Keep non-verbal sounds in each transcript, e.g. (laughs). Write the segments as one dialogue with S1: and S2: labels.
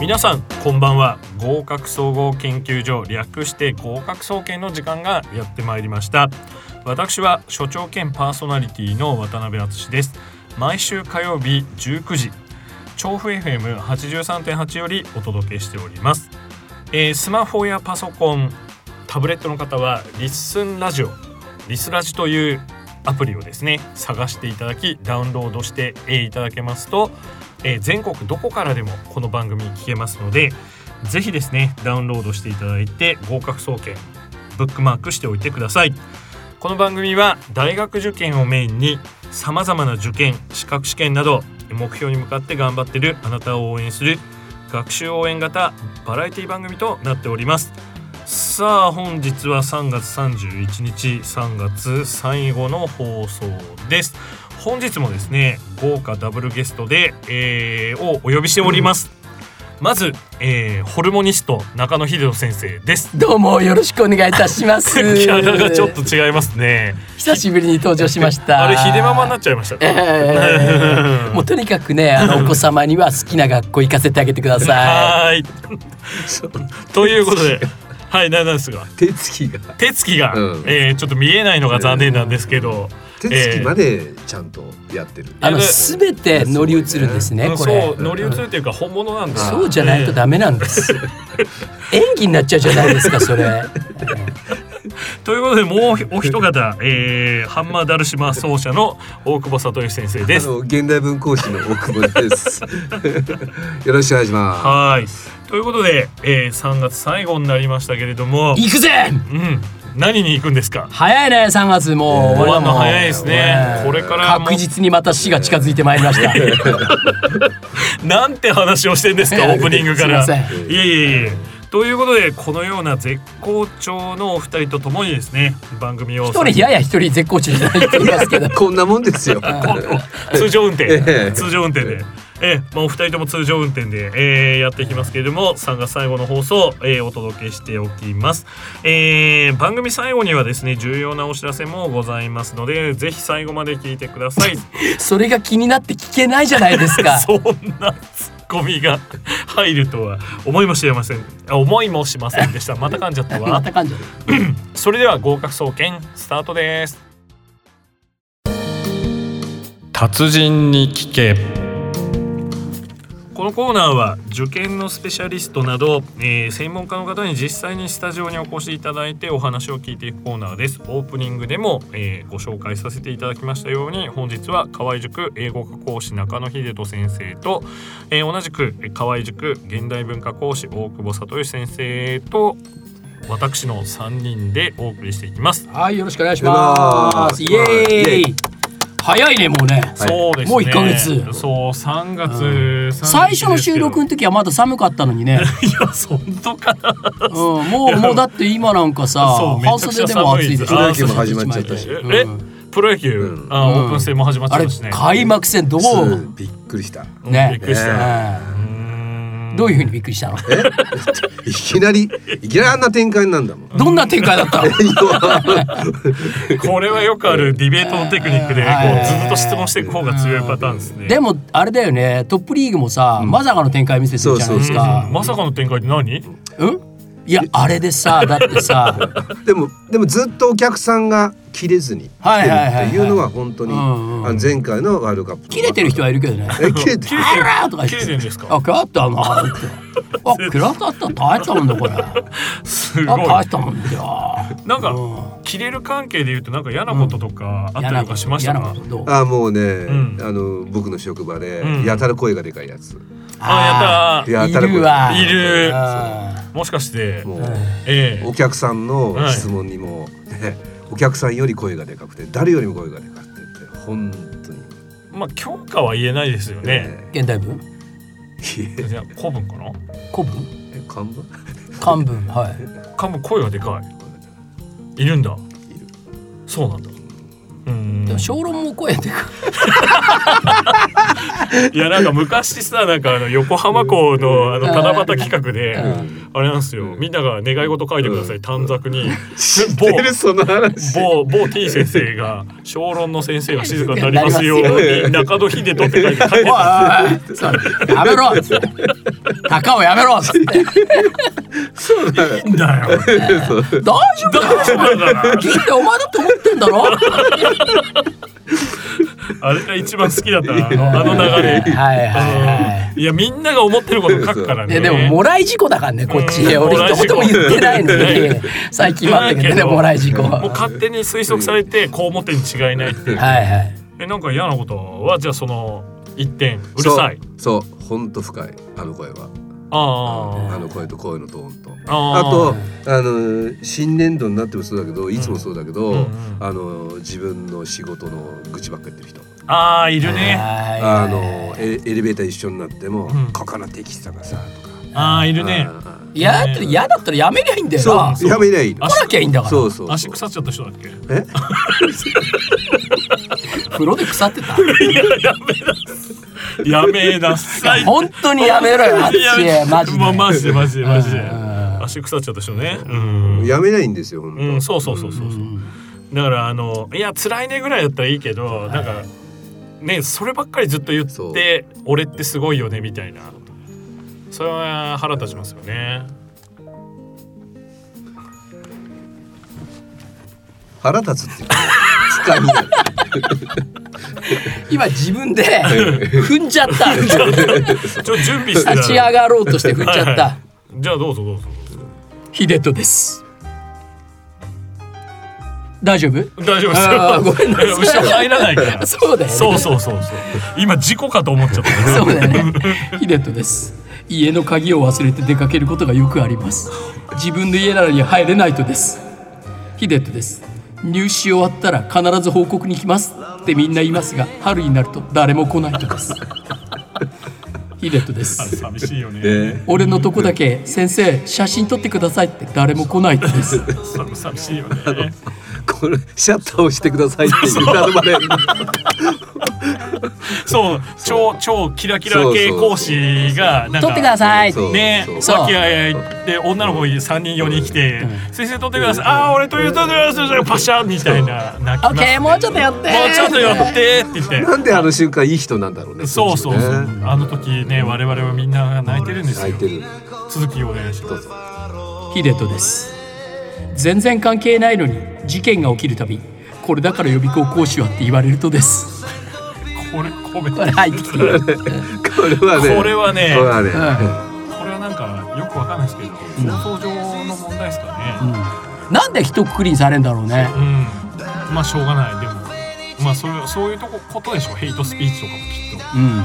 S1: 皆さんこんばんは合格総合研究所略して合格総研の時間がやってまいりました私は所長兼パーソナリティの渡辺敦です毎週火曜日19時調布 FM83.8 よりお届けしております、えースマホやパソコンタブレットの方はリッスンラジオリスラジというアプリをですね探していただきダウンロードしてえーいただけますと、えー全国どこからでもこの番組聞けますのでぜひですねダウンロードしていただいて合格総研ブックマークしておいてくださいこの番組は大学受験をメインにさまざまな受験資格試験など目標に向かって頑張ってるあなたを応援する学習応援型バラエティ番組となっておりますさあ本日は3月31日3月最後の放送です本日もですね豪華ダブルゲストで、えーをお呼びしております、まず、えーホルモニスト中野秀人先生です
S2: どうもよろしくお願いいたしま (laughs)
S1: (laughs)
S2: す。
S1: キャラがちょっと違いますね
S2: 久しぶりに登場しました。
S1: あれ秀ママになっちゃいました
S2: え
S1: ね
S2: え
S1: (laughs)
S2: もうとにかくね、あのお子様には好きな学校行かせてあげてく
S1: (laughs)
S2: ださ
S1: はーいということではい何なんですが
S3: 手つきが
S1: 手つきが、
S3: うん
S1: えーちょっと見えないのが残念なんですけど、
S3: 手つきまでちゃんとやってる。
S2: い。あのすべて乗り移るんですね、
S1: うん
S2: こ
S1: そ
S2: れ
S1: う。乗り移るというか本物なんだ
S3: あ
S2: そ
S3: ー
S2: うじゃないとダメなんです。演技になっちゃうじゃないです
S1: (laughs)
S2: か、それ。
S1: ということでもうお (laughs) 一方、えー、ハンマーダルシマ奏者の大久保聡先生です
S3: あ。の現代文講師の大久保です。 (laughs) よろしくお願いしま
S1: はいということで、えー、3月最後になりましたけれども、
S2: 行くぜ。
S1: うん、何に行くんですか
S2: 早いね、3月もう
S1: 終わ
S2: は
S1: る
S2: もう
S1: の早いですね
S2: ええ
S1: これからも
S2: 確実にまた4が近づいてまいりました。
S1: なんて話をしてん
S2: (laughs)
S1: ですかオープニングから。
S2: すいま
S3: せん
S1: いえいえいえということでこのような絶好調のお二人とともにですね番組を
S2: 一人やや一人絶好調じゃないって言いますけど
S3: す。。こんなもんですよ。
S1: 通常運
S3: え
S1: 転
S3: え
S1: 通常運転で。ええまあ、お二人とも通常運転で、えーやっていきますけれども3月最後の放送、えーお届けしておきます、えー番組最後にはですね重要なお知らせもございますのでぜひ最後まで聞いてください
S2: それが気になって聞けないじゃないですか
S1: (laughs) そんなツッコミが入るとは思いもしませんあ思いもしませんでしたまた噛んじゃった
S2: ま
S1: わ
S2: た感じ
S1: それでは合格総研スタートです達人に聞けこのコーナーは受験のスペシャリストなど、えー専門家の方に実際にスタジオにお越しいただいてお話を聞いていくコーナーですオープニングでも、えーご紹介させていただきましたように本日は河合塾英語科講師中野秀人先生と、えー同じく河合塾現代文化講師大久保聡先生と私の3人でお送りしていきます。
S2: はいよろしくお願いします
S3: お
S2: イ
S3: 願いします
S2: エー
S3: イエー
S2: イ早いねもうね
S3: はい
S1: そうですね。
S2: もう一ヶ月
S1: そう、三月、30
S2: 最初の収録
S1: い
S2: の時はまだ寒かった
S1: (laughs)
S2: のにね、
S1: や、そんとかな。
S2: うん、もうもうだって今なんかさ
S1: そうめ
S2: 半
S1: ちゃくち
S2: 袖
S1: ゃ
S2: でも
S1: 寒
S2: 暑
S1: い
S2: い
S1: で
S2: ですしょ
S3: プロ野球も始まっちゃったし
S2: うん
S1: え、プロ野球、
S3: うん
S1: あ、
S2: うん
S1: オープン戦も始まっちゃ
S2: あ
S1: っ
S2: れ
S1: たしね。
S2: 開幕戦どう、
S3: そうびっくりした。
S1: うん
S2: ね
S1: びっくりし
S3: ね
S1: た。
S2: う
S1: うんん
S2: どういうふうにびっくりしたの
S3: いきなりいきなりあんな展開なんだもん。 (laughs)
S2: どんな展開だったの
S1: (laughs) これはよくあるディベートのテクニックで、こ
S2: はいう
S1: ずっと質問していく方が強いパターンですね。
S2: でもあれだよねトップリーグもさ、まさかの展開見せてるじゃないです
S1: う
S2: か
S1: んまさかの展開って何？
S2: うんいやあれでさだってさ
S3: でもでもずっとお客さんが切れずに来てるっていうのは本当に、
S2: うんうん
S3: あの前回のワールドカップ
S2: 切れてる人はいるけどね
S3: え切れて
S1: 切
S3: る
S1: れ
S2: あ
S1: て
S2: らーとか
S1: る。
S2: 言
S1: 切れ
S2: って
S1: てるんですか？
S2: あ、食らったなーって。あ、食らったって大したもんだこれ。あ、
S1: すごい。
S2: 大したもんだよ。
S1: なんか
S2: うん
S1: 切れる関係で言うとなんか嫌なこととかあったりとかしました
S2: 嫌な
S1: か
S2: こ？とどう
S3: あもうね、
S1: ん
S3: あの僕の職場で、
S1: うん
S3: やたら声がでかいやつ。
S1: あ、やっ
S3: やたら
S2: いるわ。
S1: いる
S2: あ
S1: た。もしかして、
S3: もう、
S1: ええ
S3: お客さんの質問にも、ねお客さんより声がでかくて誰よりも声がでかくてって本当に
S1: まあ強化は言えないですよね。
S2: ー現代文、
S3: え
S1: じゃあ古文かな？
S2: 古文、
S3: え (laughs) 看板
S2: 漢文、はい。
S1: 多分声がでかい。いるんだ。
S3: いる
S1: そうなんだ。うーん。
S2: でも小論も超えてく。
S1: いやなんか昔さなんかあの横浜港のあの七夕企画で
S2: うん
S1: あれなんですよみんなが願い事書いてください短冊に
S3: 知ってる (laughs) その話
S1: 某某 T 先生が「小論の先生が静かになりますように中戸秀人」って書いて書いて
S2: おいおいおいそうやめろっつって高尾やめろっつって
S3: そうだよ
S1: んだよ。
S3: そ
S2: 大
S3: う
S2: 丈夫だよ聞いてお前だって思ってんだろ
S1: あれが一番好きだったなあのあの流れ。
S2: はいはいは
S1: あのいやみんなが思ってること書くから
S2: い
S1: ね。
S2: ででももらい事故だからねこっちで俺一言も言ってないのに最近待ったけどねもらい事故
S1: もう
S2: は
S1: 勝手に推測されてこう思ってに違いないって
S2: (laughs) いはい
S1: えなんか嫌なことはじゃあその一点うるさい
S3: そうそうほんと深いあの声はあ
S1: あ
S3: の声と声のトーンと
S1: ああ
S3: あ
S1: あ
S3: とあの新年度になってもそうだけどいつもそうだけど、
S1: うんうん
S3: あの自分の仕事の愚痴ばっか言ってる人、
S1: ああいるね
S3: あ
S2: あ
S3: のエエレベーター一緒になっても「
S1: うん
S3: ここのテキストがさ」とか。
S1: ああいるね
S3: ああ
S2: いやだったら嫌だったらやめりゃいいんだよ
S3: そ
S2: な
S3: うやめりゃいいの
S1: あ
S2: 来なきゃいいんだから
S3: そうそうそう
S1: 足腐っちゃった人だっけ
S3: え
S2: 風呂で腐ってた
S1: やめなさい
S2: 本当にやめろよあっちへマジで
S1: もうマジでマジでマジで
S2: うん
S1: 足腐っちゃった人ねうん
S3: やめないんですよ、ほんと
S1: うんそうそうそうそうそうだからあのいや辛いねぐらいだったらいいけどなんかねそればっかりずっと言
S3: そ
S1: って俺ってすごいよねみたいなそれは腹立ちますよね
S3: 腹立つっていうか (laughs) 使いになる
S2: 今自分で踏んじゃった
S1: ちょっと準備してた
S2: 立ち上がろうとして踏んじゃっ
S1: は
S2: た
S1: じゃあどうぞどうぞ
S2: 秀人です大丈夫
S1: 大丈夫です
S2: あー
S1: よ
S2: ごめんなさい
S1: 後ろ入らないから
S2: そうだよね
S1: そうそうそうそう今事故かと思っちゃった
S2: (laughs) そうだね。秀人です。家の鍵を忘れて出かけることがよくあります。自分の家なのに入れないとです。秀人です。入試終わったら必ず報告に来ますってみんな言いますが、春になると誰も来ないと (laughs) です。秀人です。
S1: 寂しいよ (laughs) ね、
S3: え
S2: 俺のとこだけ先生写真撮ってくださいって誰も来ないとです。
S1: 寂寂しいよね
S3: ーこれシャッターをしてくださいって言ったのまで
S1: そう超超キラキラ系講師がなんか
S2: 撮ってください。
S3: そう
S1: ねえ、
S2: そう
S1: さっきはで女の子三人四人来て「先生撮ってください」「ああ俺と言うとですよパシャ」みたいな泣き
S2: オ
S1: ます
S2: ッケーもうちょっとやって。
S1: もうちょっと寄って」って言って
S3: なんであの瞬間いい人なんだろうね
S1: そうそうそう
S3: ね
S1: あの時ね我々はみんな泣いてるんです
S3: 泣い
S1: よ
S3: てる
S1: 続きお願いします
S2: 秀人です全然関係ないのに事件が起きるたびこれだから予備校講師はって言われるとです
S1: これこれ
S2: これ (laughs) 入ってきてる、うん
S3: これはね
S1: これはね
S3: これはね
S1: これはなんかよくわかんないですけど放送上の問題ですかね
S2: なんで一括りにされんだろうね
S1: うんまあしょうがないでもまあそういうそういうとこことでしょヘイトスピーチとかもきっと
S2: うん
S1: ま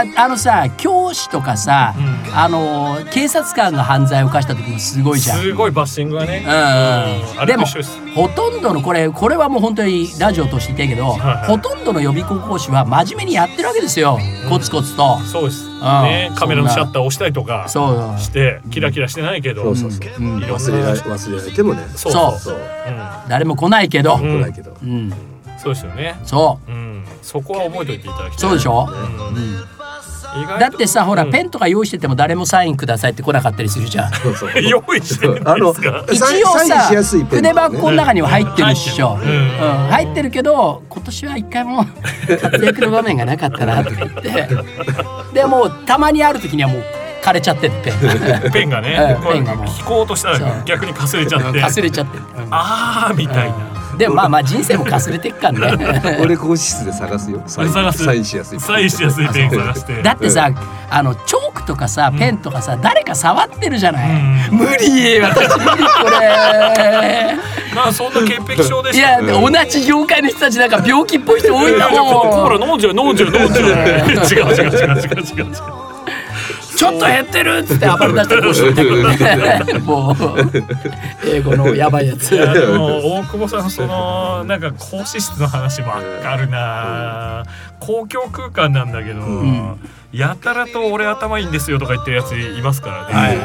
S1: あね、
S2: まああのさ教師とかさ、
S1: うん
S2: あの警察官が犯罪を犯した時もすごいじゃん
S1: すごいバッシングがね、
S2: うん
S1: あれ
S2: で
S1: と
S2: も
S1: 一緒です
S2: ほとんどのこれこれはもう本当にラジオとして言ってるけど、
S1: いはい
S2: ほとんどの予備校講師は真面目にやってるわけですよ、コツコツと
S1: そうですね
S2: うん
S1: カメラのシャッターを押したりとか
S2: そう
S1: してキラキラしてないけど
S3: そうそうそう
S1: いろんな
S3: 忘れられ忘れられてもね
S1: そう
S2: そう
S3: そう
S2: 誰も来ないけど、
S1: ん
S3: 来ないけど
S2: うん、
S1: うんそうですよね
S2: そう
S1: うんそこは覚えておいていただきたい
S2: そうでしょ、
S1: うん
S2: うん
S1: 意外と
S2: だってさほら、
S1: うん
S2: ペンとか用意してても誰もサインくださいって来なかったりするじゃん
S3: そうそう
S1: (laughs) 用意してるん
S3: あの
S1: ですか
S2: 一
S3: サイン
S2: 応
S3: サイン
S2: さ、
S3: しやすいペン
S2: 筆
S3: とかね
S2: 箱の中には入ってるっしょ、
S1: う
S2: うんん
S1: 入
S2: 入ってるけど今年は一
S1: (laughs)
S2: 回も活躍の場面がなかったなとか言ってでもうたまにある時にはもう枯れちゃってる
S1: (laughs)
S2: ペン
S1: ペンがね
S2: うん
S1: これ
S2: ペンがもう
S1: 聞こうとした
S2: そ
S1: ら
S2: う
S1: 逆にかすれちゃって
S2: かすれちゃってる、
S1: あーみたいな
S2: うんでもまあまあ人生もかすれてっからね
S3: 俺更室で探すよサイン
S1: 探す
S3: サインしやすいペン
S1: サインしやすいペン探して
S2: だってさあのチョークとかさペンとかさ誰か触ってるじゃない、
S1: う
S2: 無理私無理これ
S1: (laughs) まあそんな潔癖症で
S2: い
S1: し
S2: や、
S1: た
S2: 同じ業界の人たちなんか病気っぽい人多いんだ
S1: コー
S2: もん。
S1: ラ飲んじゃう飲んじゃう飲んじゃう違う違う違う違う違う違う
S2: ちょっと減ってるっつって暴れ出したこうしてる。もう英語のやばいやつ。
S1: いやでも大久保さんのそのなんか講師室の話ばっかるな公共空間なんだけど、
S2: ん
S1: やたらと「俺頭いいんですよ」とか言ってるやついますからね、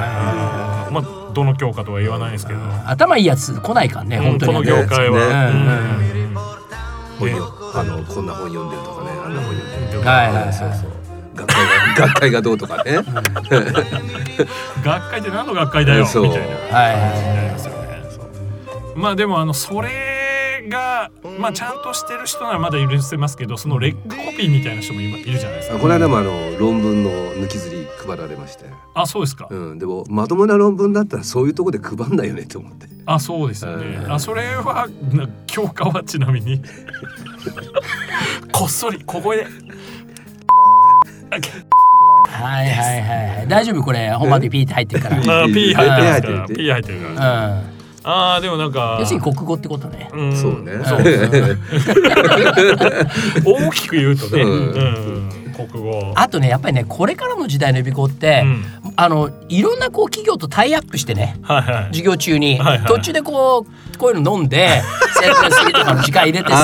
S1: まあどの教科とは言わないですけど、
S2: 頭いいやつ来ないからね、
S1: うん
S2: 本当
S1: この
S2: に
S1: 業
S2: ね。
S1: 界
S3: ね
S1: は、
S2: うん
S1: うん
S3: 本よあのこんな本読んでるとかねあのんなもん言うね
S2: はいはいはい
S3: そうそう学会が学会がどうとかね
S1: 学会って何の学会だよみた
S3: そう
S1: いな感
S2: はいはい
S1: じになりますよね。そうまあでもあのそれがまあちゃんとしてる人ならまだ許せますけどそのレッグコピーみたいな人も今いるじゃないです
S3: あ
S1: か。
S3: この間もあの論文の抜きずり配られまして、
S1: あそうですか。
S3: うん、でもまともな論文だったらそういうとこで配んないよねと思って
S1: あそうですよね。
S3: うん
S1: あそれはな教科はちなみにこっそりここで。
S2: はいはいはいはい大丈夫これ本番でピーって入ってるか
S1: あー P 入ってますから
S3: うん
S1: P 入ってるから。
S2: らうん
S1: あーでもなんか
S2: 要するに国語ってことね
S1: うん
S3: そうね
S2: そう
S1: 大きく言うとね、
S3: うん
S1: うん国語。
S2: あとねやっぱりねこれからの時代の予備校って、
S1: うん
S2: あのいろんなこう企業とタイアップしてね
S1: はいはい。
S2: 授業中に、
S1: はいはい
S2: 途中でこうこういうの飲んで
S1: (laughs)
S2: 先生の次とかの時間入れて
S3: あ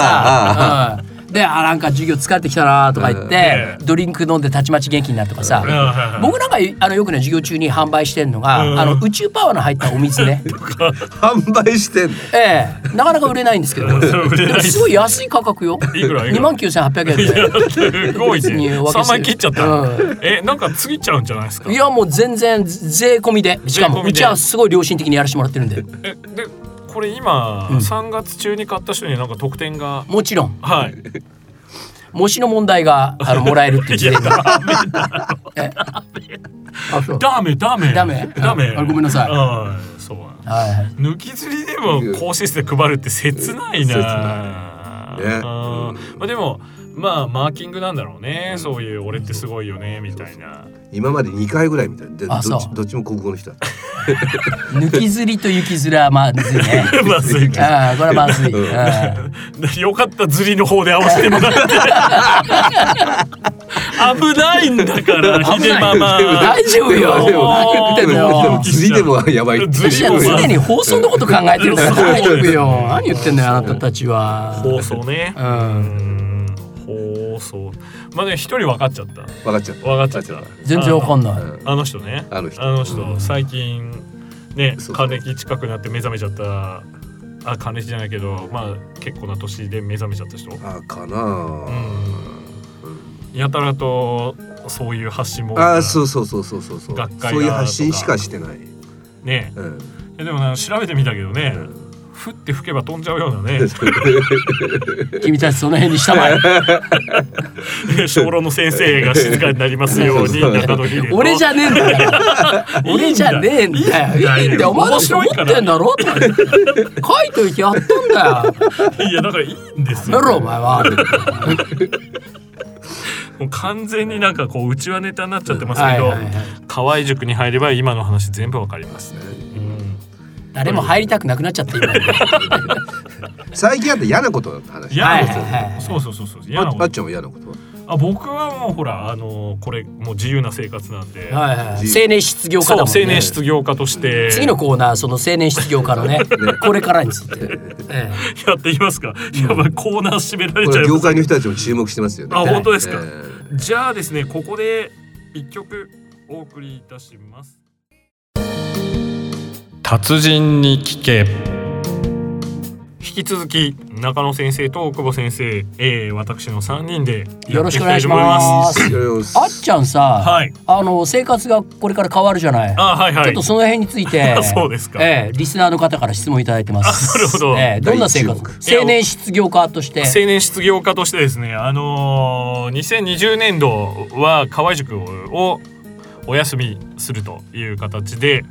S2: さ、うん、であなんか授業疲れてきたなとか言って、
S1: う
S2: ドリンク飲んでたちまち元気になるとかさ、
S1: うん
S2: 僕なんかあのよくね授業中に販売してるのが、
S1: うん
S2: あの宇宙パワーの入ったお
S1: (laughs)
S2: 水ね
S3: (laughs) 販売してんの
S2: ええなかなか売れないんですけど
S1: (laughs) それ売れない
S2: でもすごい安い価格よ
S1: いくらいくら
S2: 2万9800円 (laughs)
S1: いや
S2: で。
S1: すごい
S2: 別に
S1: ね。
S2: 分け
S1: 三
S2: して
S1: 万切っちゃった。
S2: う
S1: え、なんか次ぎちゃうんじゃないですか。
S2: いやもう全然税込みでしか
S1: 税
S2: も
S1: 込み
S2: う
S1: で
S2: ちはすごい良心的にやらせてもらってるんで
S1: え、で、これ今、
S2: ん
S1: 三月中に買った人になんか特典が。
S2: もちろん
S1: はい。
S2: 模試の問題があのもらえるっていう事例がえあそう
S1: ダメダメ。
S2: ダメ
S1: ダメ。
S2: あごめんなさい
S1: うん、そう。
S2: はい
S1: 抜き釣りでも高施設で配るって切ない
S3: 切
S1: な。
S3: いね
S1: うんまあでもまあマーキングなんだろうね。そういう俺ってすごいよねみたいな。
S3: 今まで2回ぐらいみたいでど
S2: あ
S3: っち
S2: そう
S3: どっちも国語の人だった
S2: 抜きずりと雪ずらはまずいね
S1: まずいか。
S2: ああこれはまずい、
S3: うん
S1: (laughs)
S2: あ
S1: よかった釣りの方で合わせてもらって。危ないんだから
S2: (laughs) 危ない
S1: ひでママ。
S2: あ大丈夫よ
S3: でも
S2: もう言っ
S3: でも
S2: てんの
S3: で
S2: よ
S3: も釣りでもやばい
S1: 釣
S2: い
S1: り
S2: や
S1: も
S2: 常に放送のこと考えてるから
S1: そう
S2: 大丈夫よ何言ってんのよあなたたちは
S1: 放送ね。
S2: う
S1: うんん放送。まあね一人分かっちゃった。
S3: 分かっちゃった
S1: 分かっちゃった。
S2: 全然わかんない
S1: あの人ね。
S3: あの人
S1: 人最近ね
S3: そうそう
S1: 還暦近くなって目覚めちゃった。あ還暦じゃないけどまあ結構な年で目覚めちゃった人。
S3: あかな
S1: やたらとそういう発信も多いから
S3: ああそうそうそうそうそうそう
S1: 学会が
S3: そういう発信しかしてない
S1: ね
S3: うん
S1: えでもな調べてみたけどね
S3: う。
S1: ふって吹けば飛んじゃうような (laughs) ね
S2: 君たちその辺にしたまえ
S1: 小論の先生が静かになりますようになった時に
S2: 俺じゃねえんだよ俺じゃねえんだよいいんだよお前
S1: 面
S2: だって持
S1: 白いから
S2: ってんだろとか言って書いといてやったんだよ
S1: いやだからいいんです
S2: や
S1: よ
S2: めろお前は
S1: もう完全になんかこううちはネタになっちゃってますけ
S2: うん
S1: ど
S2: はいはいはい
S1: 河合塾に入れば今の話全部わかりますね、
S2: 誰も入りたくなくなっちゃった今
S3: 最近あって嫌なことの話
S1: 嫌なこと、
S2: はいはいはい
S1: そうそうそうそう嫌な
S3: あ
S1: こ
S3: あっ
S1: と
S3: ちゃんも嫌なことは
S1: あ僕はもうほらあのーこれもう自由な生活なんで、
S2: はいはいはい青年失業家
S1: そう
S2: だもん
S1: 青
S2: ね
S1: 年失業家として
S2: 次のコーナーその青年失業家の (laughs) ねこれからについて、え
S1: やっていきますか、やばいコーナー締められ
S3: こ
S1: ちゃ
S3: れ
S1: いま
S3: 業
S1: す
S3: 界の人たちも注目してますよね
S1: あ本当ですか、
S3: えー
S1: じゃあですねここで一曲お送りいたします達人に聞け引き続き中野先生と久保先生、えー、私の三人で
S2: えよろしくお
S1: や
S2: 願
S1: っ
S2: い
S1: て
S2: し
S1: きたと思
S2: ま
S3: い
S2: す
S3: やいや
S2: あっちゃんさ、
S1: はい
S2: あの生活がこれから変わるじゃない、
S1: あはいはい
S2: ちょっとその辺について
S1: (laughs) そうですか
S2: ええリスナーの方から質問いただいてます
S1: あなるほど
S2: ええどんな生
S3: 大注
S2: 活
S1: 目
S2: 青年失業家として
S1: 青年失業家としてですね、あのー、2020年度は河合塾をお休みするという形で、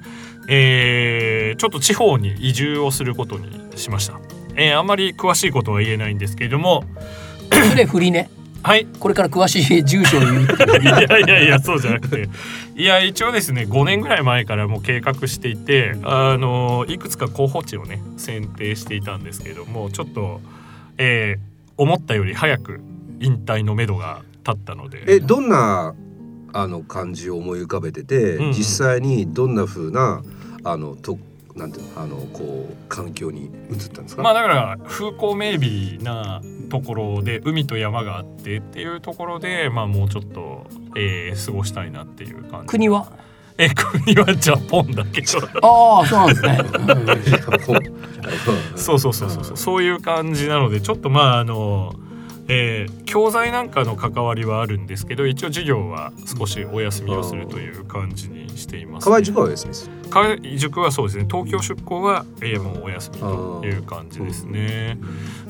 S1: えーちょっと地方に移住をすることにしました、えーあんまり詳しいことは言えないんですけれども
S2: それ振りね
S1: はい
S2: これから詳しい住所を言うっていう
S1: いやいやいやそうじゃなくて (laughs) いや一応ですね5年ぐらい前からもう計画していてあのいくつか候補地をね選定していたんですけどもちょっと、えー思ったより早く引退のめどが立ったの
S3: え
S1: で
S3: どんなあの感じを思い浮かべてて、
S1: うんうん
S3: 実際にどんな風なあのとなんていうのあのこう環境に移ったんですか。 (laughs)
S1: まあだから風光明媚なところで海と山があってっていうところでまあもうちょっと、えー過ごしたいなっていう感じ
S2: 国は
S1: え国はジャポンだけど
S2: ああそうなんですね、うん
S3: いやもう
S1: そうそうそうそうそうそういう感じなのでちょっとまああの、えー教材なんかの関わりはあるんですけど一応授業は少しお休みをするという感じにしています、
S3: 河合塾はお休みです。
S1: 河合塾はそうですね東京出向は、えーもうお休みという感じですね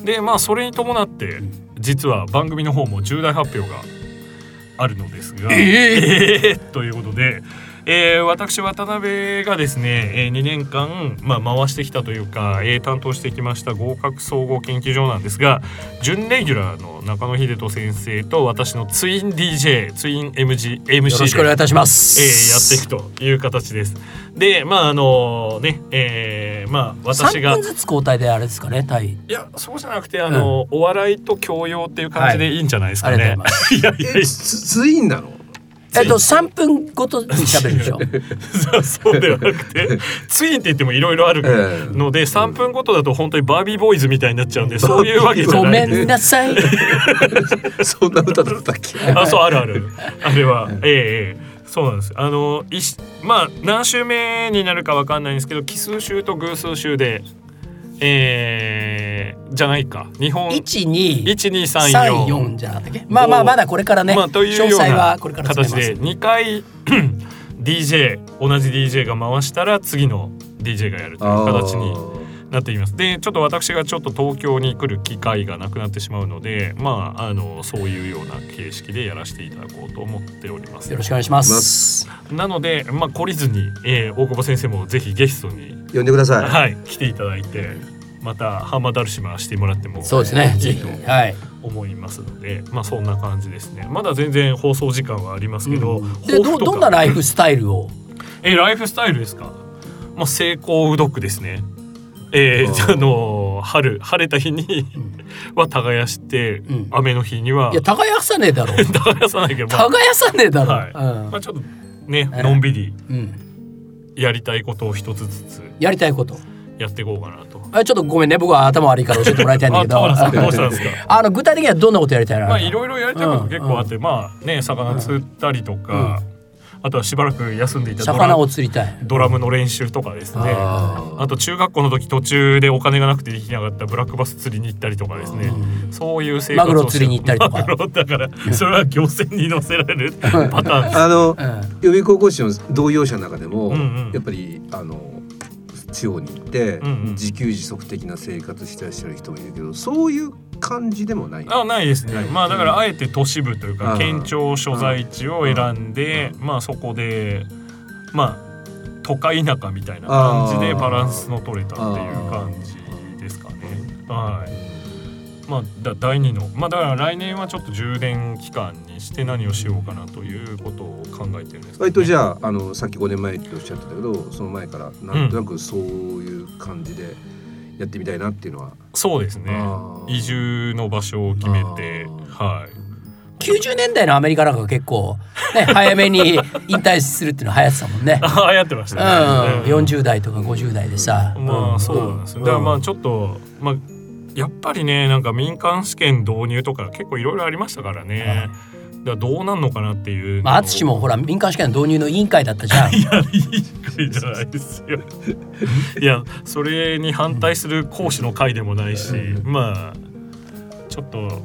S1: でまあそれに伴って実は番組の方も重大発表があるのですがえーということで、えー私渡辺がですね、えー2年間、まあ、回してきたというか、えー担当してきました合格総合研究所なんですが準レギュラーの中野秀人先生と私のツイン DJ ツイン MG MC
S4: よろしくお願いいたします。
S1: えーやっていくという形です。でまああのねえーまあ私が
S4: 3分ずつ交代であれですかね、対。
S1: いやそうじゃなくてあの、お笑いと教養っていう感じでいいんじゃないです
S4: あ
S1: か
S4: りがとう
S1: ね。
S4: ございます。
S1: い、やいやい
S3: え、つツインなの。 (laughs)
S4: えっと、3分ごとに喋るでしょ。
S1: や (laughs) そうではなくてツインって言ってもいろいろある
S3: ええ
S1: ので、3分ごとだと本当にバービーボーイズみたいになっちゃうんでそういうわけじゃ
S4: ご
S1: な
S4: め
S1: いです
S4: ん。なさい。
S3: そんな歌だったっけ。
S1: (laughs) あそうあるある
S4: (laughs)
S1: あれはええええそうなんですあのいしまあ何週目になるかわかんないんですけど奇数週と偶数週でえー、じゃないか日本
S4: 1、2、3、
S1: 1234
S4: 4じゃなかったっけまあまあ、まだこれからね、
S1: まあ、という
S4: 詳
S1: よう
S4: 細
S1: な
S4: はこれから
S1: 形
S4: 詰め
S1: で
S4: ます。
S1: 2回 (clears throat) DJ 同じ DJ が回したら次の DJ がやるという形になっていますでちょっと私がちょっと東京に来る機会がなくなってしまうのでまああのそういうような形式でやらせていただこうと思っております
S4: よろしくお願いします。
S1: なので、まあ、懲りずに、えー大久保先生もぜひゲストに、
S3: あー呼んでください。
S1: はい、来ていただいてまたハンマーダルシマーしてもらっても
S4: そうですね、ぜひ。はい。
S1: 思いますので、まあ、そんな感じですねまだ全然放送時間はありますけど、
S4: で、
S1: 抱
S4: ど
S1: 負とか
S4: どんなライフスタイルを
S1: えライフスタイルですか、まあ、成功うどくですねえ
S3: あ
S1: ー、(laughs)
S3: ー
S1: あのー春晴れた日に (laughs) は耕して、
S4: ん
S1: 雨の日にはい
S4: や、耕さねえだろ。
S1: (laughs) 耕さないけど、まあ
S4: 耕さねえだろ。
S1: は
S4: う
S1: い
S4: ん
S1: まあ、ちょっとねのんびり
S4: うん。
S1: やりたいことを一つずつ
S4: やりたいこと。
S1: やっていこうかなと。
S4: あちょっとごめんね、僕は頭悪いから教えてもらいたいんだ
S1: あ、
S4: け
S1: 田
S4: ど。
S1: 原さんどうしたんですか
S4: (laughs) あの具体的にはどんなことやりたいな。
S1: まあいろいろやりたいこと結構あって、まあね魚釣ったりとか、あとはしばらく休んでいたドラ
S4: 魚を釣りたい。
S1: ドラムの練習とかですね
S3: あー
S1: あと中学校の時途中でお金がなくてできなかったブラックバス釣りに行ったりとかですねそういう生活をして
S4: マグロ釣りに行ったりとか
S1: マグロだからそれは漁船に乗せられ
S4: (laughs)
S1: るパターンです
S3: あの
S4: う、ん。
S3: 予備高校生の同業者の中でも、
S1: うんうん
S3: やっぱりあの地方に行って、
S1: うんうん
S3: 自給自足的な生活してらっしゃる人もいるけどそういう感じでもない。
S1: あないですね、まあだからあえて都市部という
S3: う
S1: か
S3: ん
S1: 県庁所在地を選んで、まあそこでまあ都会田舎みたいな感じで
S3: あー
S1: バランスの取れたっていう感じですかね。はいまあ、だ第2のまあだから来年はちょっと充電期間にして何をしようかなということを考えてるんですけど、
S3: 割とじゃああのさっき5年前っておっしゃってたけどその前からなんとなくそういう感じでやってみたいなっていうのは、
S1: そうですね
S3: あー
S1: 移住の場所を決めて
S3: あ
S1: はい。
S4: 90年代のアメリカなんか結構、ね、早めに引退するっていうの流行ってたもんね
S1: ああやってまし
S4: う
S1: た
S4: ん、
S1: ね、うん
S4: 40代とか50代でさ。
S1: まあ
S4: ん
S1: そうなんですよ、だからまあちょっとまあやっぱりねなんか民間試験導入とか結構いろいろありましたからね、だからどうなんのかなっていう
S4: まあ淳もほら民間試験の導入の委員会だったじゃん。
S1: いやいい会じゃないですよ (laughs) いやそれに反対する講師の会でもないし、まあちょっと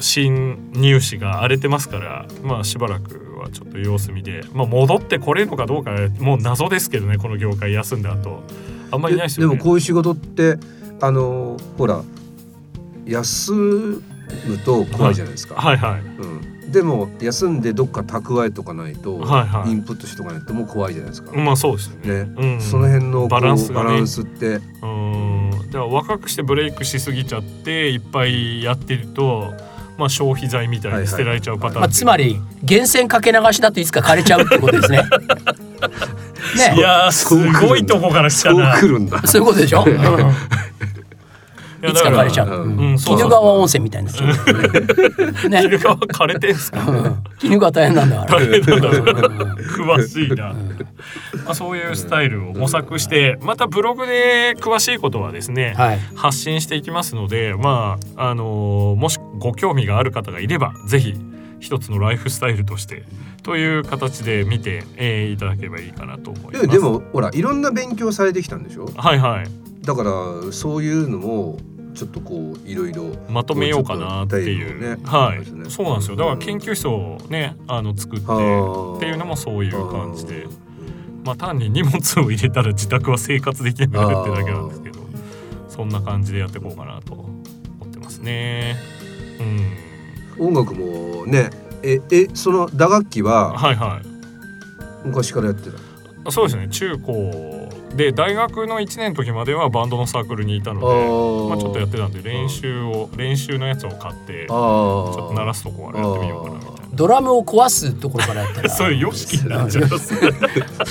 S1: 新入試が荒れてますからまあしばらくはちょっと様子見で、まあ、戻ってこれるのかどうかもう謎ですけどねこの業界休んだ後あんまりいないで
S3: で
S1: す
S3: で
S1: よね
S3: もこういう仕事ってあのほら休むと怖いじゃないですか。
S1: はいはい
S3: うん、でも休んでどっか蓄えとかないと、
S1: はいはい
S3: インプットしとかないともう怖いじゃないですか。
S1: まあそうですね。
S3: ね、
S1: うん、
S3: その辺のこう
S1: バランスが
S3: バ
S1: ね
S3: ランスって
S1: うんだから若くしてブレイクしすぎちゃっていっぱいやってると、まあ、消費財みたいに捨てられちゃうパターン、
S4: まあ、つまり源泉かけ流しだといつか枯れちゃうってことですね。
S1: (laughs) い
S4: ね
S1: やーす
S3: そう来るんだ
S1: ごいとこから来
S3: そ
S1: た
S3: う
S1: な。
S3: 来るん
S1: (laughs)
S3: だ。
S4: そういうことでしょ。うん
S1: や
S4: いつか
S1: だら
S4: 枯れちゃう。
S3: う
S4: うんん
S1: うん、そう
S4: 鬼怒
S1: そう
S4: 川温泉みたいな。
S1: (laughs)
S4: ね
S1: 鬼怒川枯れてんすか。
S4: うん鬼怒川大変なんだから。
S1: 大変なんだろうな (laughs) 詳しいな。まあそういうスタイルを模索して、またブログで詳しいことはですね、
S4: はい。
S1: 発信していきますのでまああのーもしご興味がある方がいればぜひ一つのライフスタイルとしてという形で見て、えーいただければいいかなと思います。
S3: ででもほらいろんな勉強されてきたんでしょ
S1: はいはい
S3: だからそういうのもちょっとこういろいろ
S1: まとめようかなっていう、はい、そうなんですよだから研究
S3: 室
S1: 室をねあの作ってって
S3: あー
S1: いうのもそういう感じでまあ単に荷物を入れたら自宅は生活できなくなるってだけなんですけどそんな感じでやっていこうかなと思ってますねうん
S3: 音楽もねええその打楽器は
S1: はいはい
S3: 昔からやってた
S1: そうですね中高で大学の1年の時まではバンドのサークルにいたので
S3: ー
S1: まあ、ちょっとやってたんで練習を練習のやつを買ってち
S3: あ
S1: ょ
S3: ー
S1: っと鳴らすとこからやってみようかなみたい
S4: ドラムを壊すところからやった
S1: な
S4: ら
S1: (laughs) そういうよしきになっちゃいますね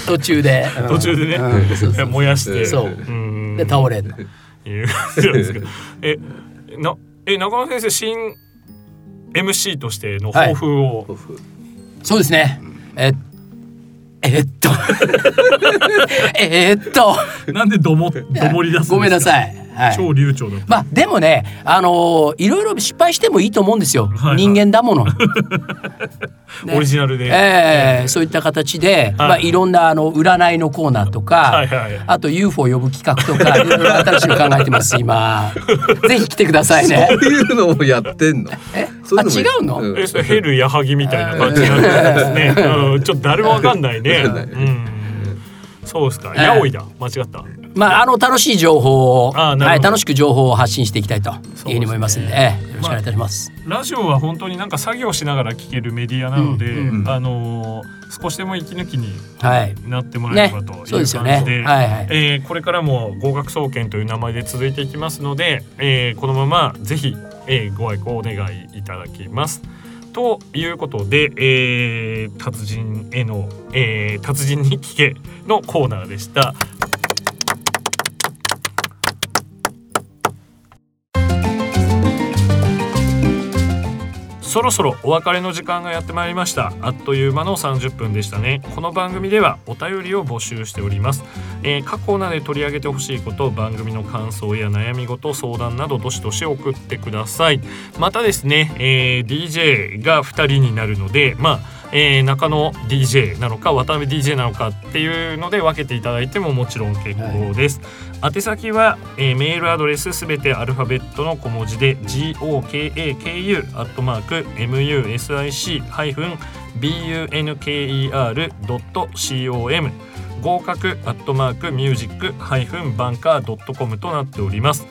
S4: 途中で
S1: 途中でね
S4: うんそうそう
S1: 燃やして
S4: そう
S1: うん
S4: で倒れる (laughs)
S1: いう感じなんですけどえなえ中野先生新 MC としての抱負を、
S3: オフ
S4: そうですねええっと (laughs) えっと
S1: なんでどもどもり出すんですか
S4: ごめんなさい、はい、
S1: 超流暢だった
S4: まあでもねあのーいろいろ失敗してもいいと思うんですよ、
S1: はい
S4: 人間だも
S1: (laughs)
S4: の。ね
S1: オリジナルで、
S4: ええそういった形で、まあ、いろんなあの占いのコーナーとか、
S1: はいはいはい
S4: あと UFO 呼ぶ企画とかいろいろ新しいの考えてます
S1: (laughs)
S4: 今ぜひ来てくださいね
S3: そういうのもやってんのえ
S4: あ違うの
S1: えそれヘル矢作みたいな感じになってですね、うん、ちょっと誰もわかんないね、うん、そうですか
S4: ええ
S1: ヤオイだ間違った
S4: まああの楽しい情報を、
S1: あーなるほど
S4: はい、楽しく情報を発信していきたいと
S1: そうです
S4: い
S1: ね
S4: うふうに思いますんでええよろしくお願いいたします、
S1: ラジオは本当になんか作業しながら聞けるメディアなので、
S4: うん
S1: あのー少しでも息抜きに
S4: はい
S1: なってもらえれ
S4: ね
S1: ばという感じ
S4: そう
S1: で,、
S4: ですよねはいはい
S1: えーこれからも合格総研という名前で続いていきますので、えーこのままぜひ、えーご愛顧お願いいただきます。ということで、えー達人への、えー達人に聞けのコーナーでした。そろそろお別れの時間がやってまいりましたあっという間の30分でしたねこの番組ではお便りを募集しております、えー各コーナーで取り上げてほしいこと番組の感想や悩み事相談などどしどし送ってくださいまたですね、えー DJ が2人になるのでまあえー中野 DJ なのか渡辺 DJ なのかっていうので分けていただいてももちろん結構です、宛先は、えーメールアドレスすべてアルファベットの小文字で gokaku.music-bunker.com 合格アットマークミュージックハイフンバンカードットコムとなっております。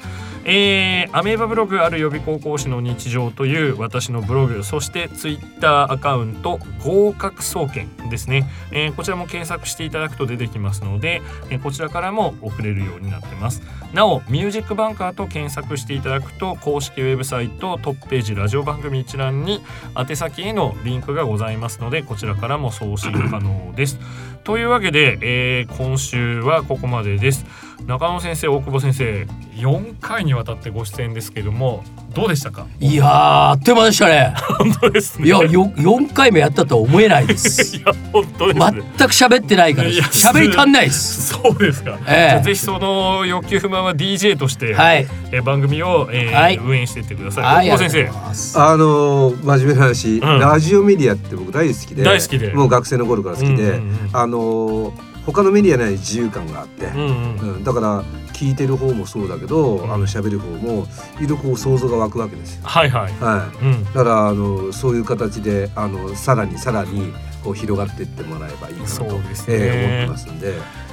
S1: えーアメーバブログある予備高校師の日常という私のブログそしてツイッターアカウント合格総研ですね、えーこちらも検索していただくと出てきますので、えーこちらからも送れるようになってますなお「ミュージックバンカー」と検索していただくと公式ウェブサイトトップページラジオ番組一覧に宛先へのリンクがございますのでこちらからも送信可能ですというわけで、えー今週はここまでです中野先生大久保先生4回にわたってご出演ですけどもどうでしたか
S4: いやーあっという間でしたね
S1: (laughs) 本当ですね
S4: いやよ4回目やったとは思えないです
S1: いや本当です
S4: 全
S1: ね、
S4: く喋ってないから
S1: いや
S4: 喋り足んないです
S1: そうですか、
S4: ええ
S1: じゃあぜひその欲求不満は DJ として、
S4: はい
S1: えー番組を、えー
S4: はい
S1: 運営していってください、
S4: はい
S1: 大久保先
S4: 生
S3: あのー真面目な話、
S1: うん
S3: ラジオメディアって僕大好きで
S1: 大好きで
S3: もう学生の頃から好きで、
S1: うんうんうん
S3: あのー他のメディアにはない自由感があって、
S1: 生うんうん
S3: うんだから聞いてる方もそうだけど、
S1: うん
S3: あの喋る方もいろいろこう想像が湧くわけですよ。
S1: はいはい
S3: はい
S1: うん
S3: だからあのそういう形であのさらにさらにこう広がっていってもらえばいいかなと、
S1: そうですね
S3: えー思ってますんで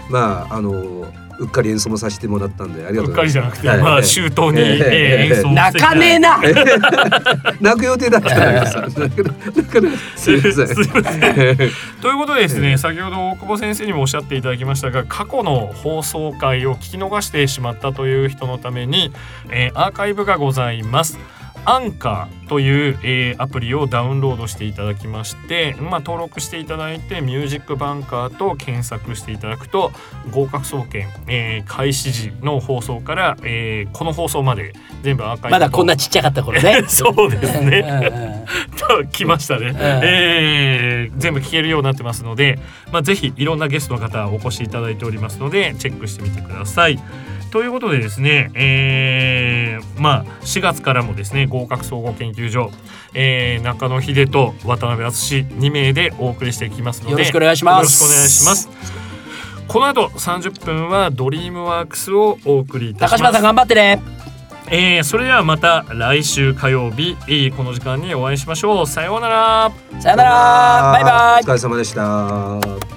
S3: まああのうっかり演奏もさせてもらったんでありがと
S1: う
S3: う
S1: っ
S3: ご
S1: か
S3: ざい
S1: り
S3: ます。
S1: じゃなくて、
S3: はい
S1: まあ周到に、
S3: え
S1: え
S3: え
S1: ー演奏していただい
S4: 泣
S1: て
S4: かねえな
S3: 泣く予定だったん (laughs) ですよ。だからだからすいません。
S1: すいません
S3: (laughs) え
S1: ということでですね、先ほど大久保先生にもおっしゃっていただきましたが過去の放送回を聞き逃してしまったという人のために、えーアーカイブがございます。アンカーという、えーアプリをダウンロードしていただきまして、まあ、登録していただいて「ミュージックバンカー」と検索していただくと合格総研、えー開始時の放送から、えーこの放送まで全部アーカイブ
S4: まだこんなちっちゃかった頃ね
S1: (laughs) そうですね
S4: うんうんうん
S1: と (laughs) 来ましたね、えー全部聞けるようになってますので、まあ、ぜひいろんなゲストの方お越しいただいておりますのでチェックしてみてください。ということでですね、えーまあ、4月からもですね合格総合研究所、えー中野秀と渡辺淳2名でお送りしていきますので
S4: よろしくお願いします
S1: よろしくお願いしますこの後30分はドリームワークスをお送りいた
S4: 高
S1: し
S4: 島
S1: ま
S4: さん
S1: す
S4: 頑張ってね
S1: えーそれではまた来週火曜日えーこの時間にお会いしましょうさようなら
S4: さよならバイバイ
S3: お疲れ様でした。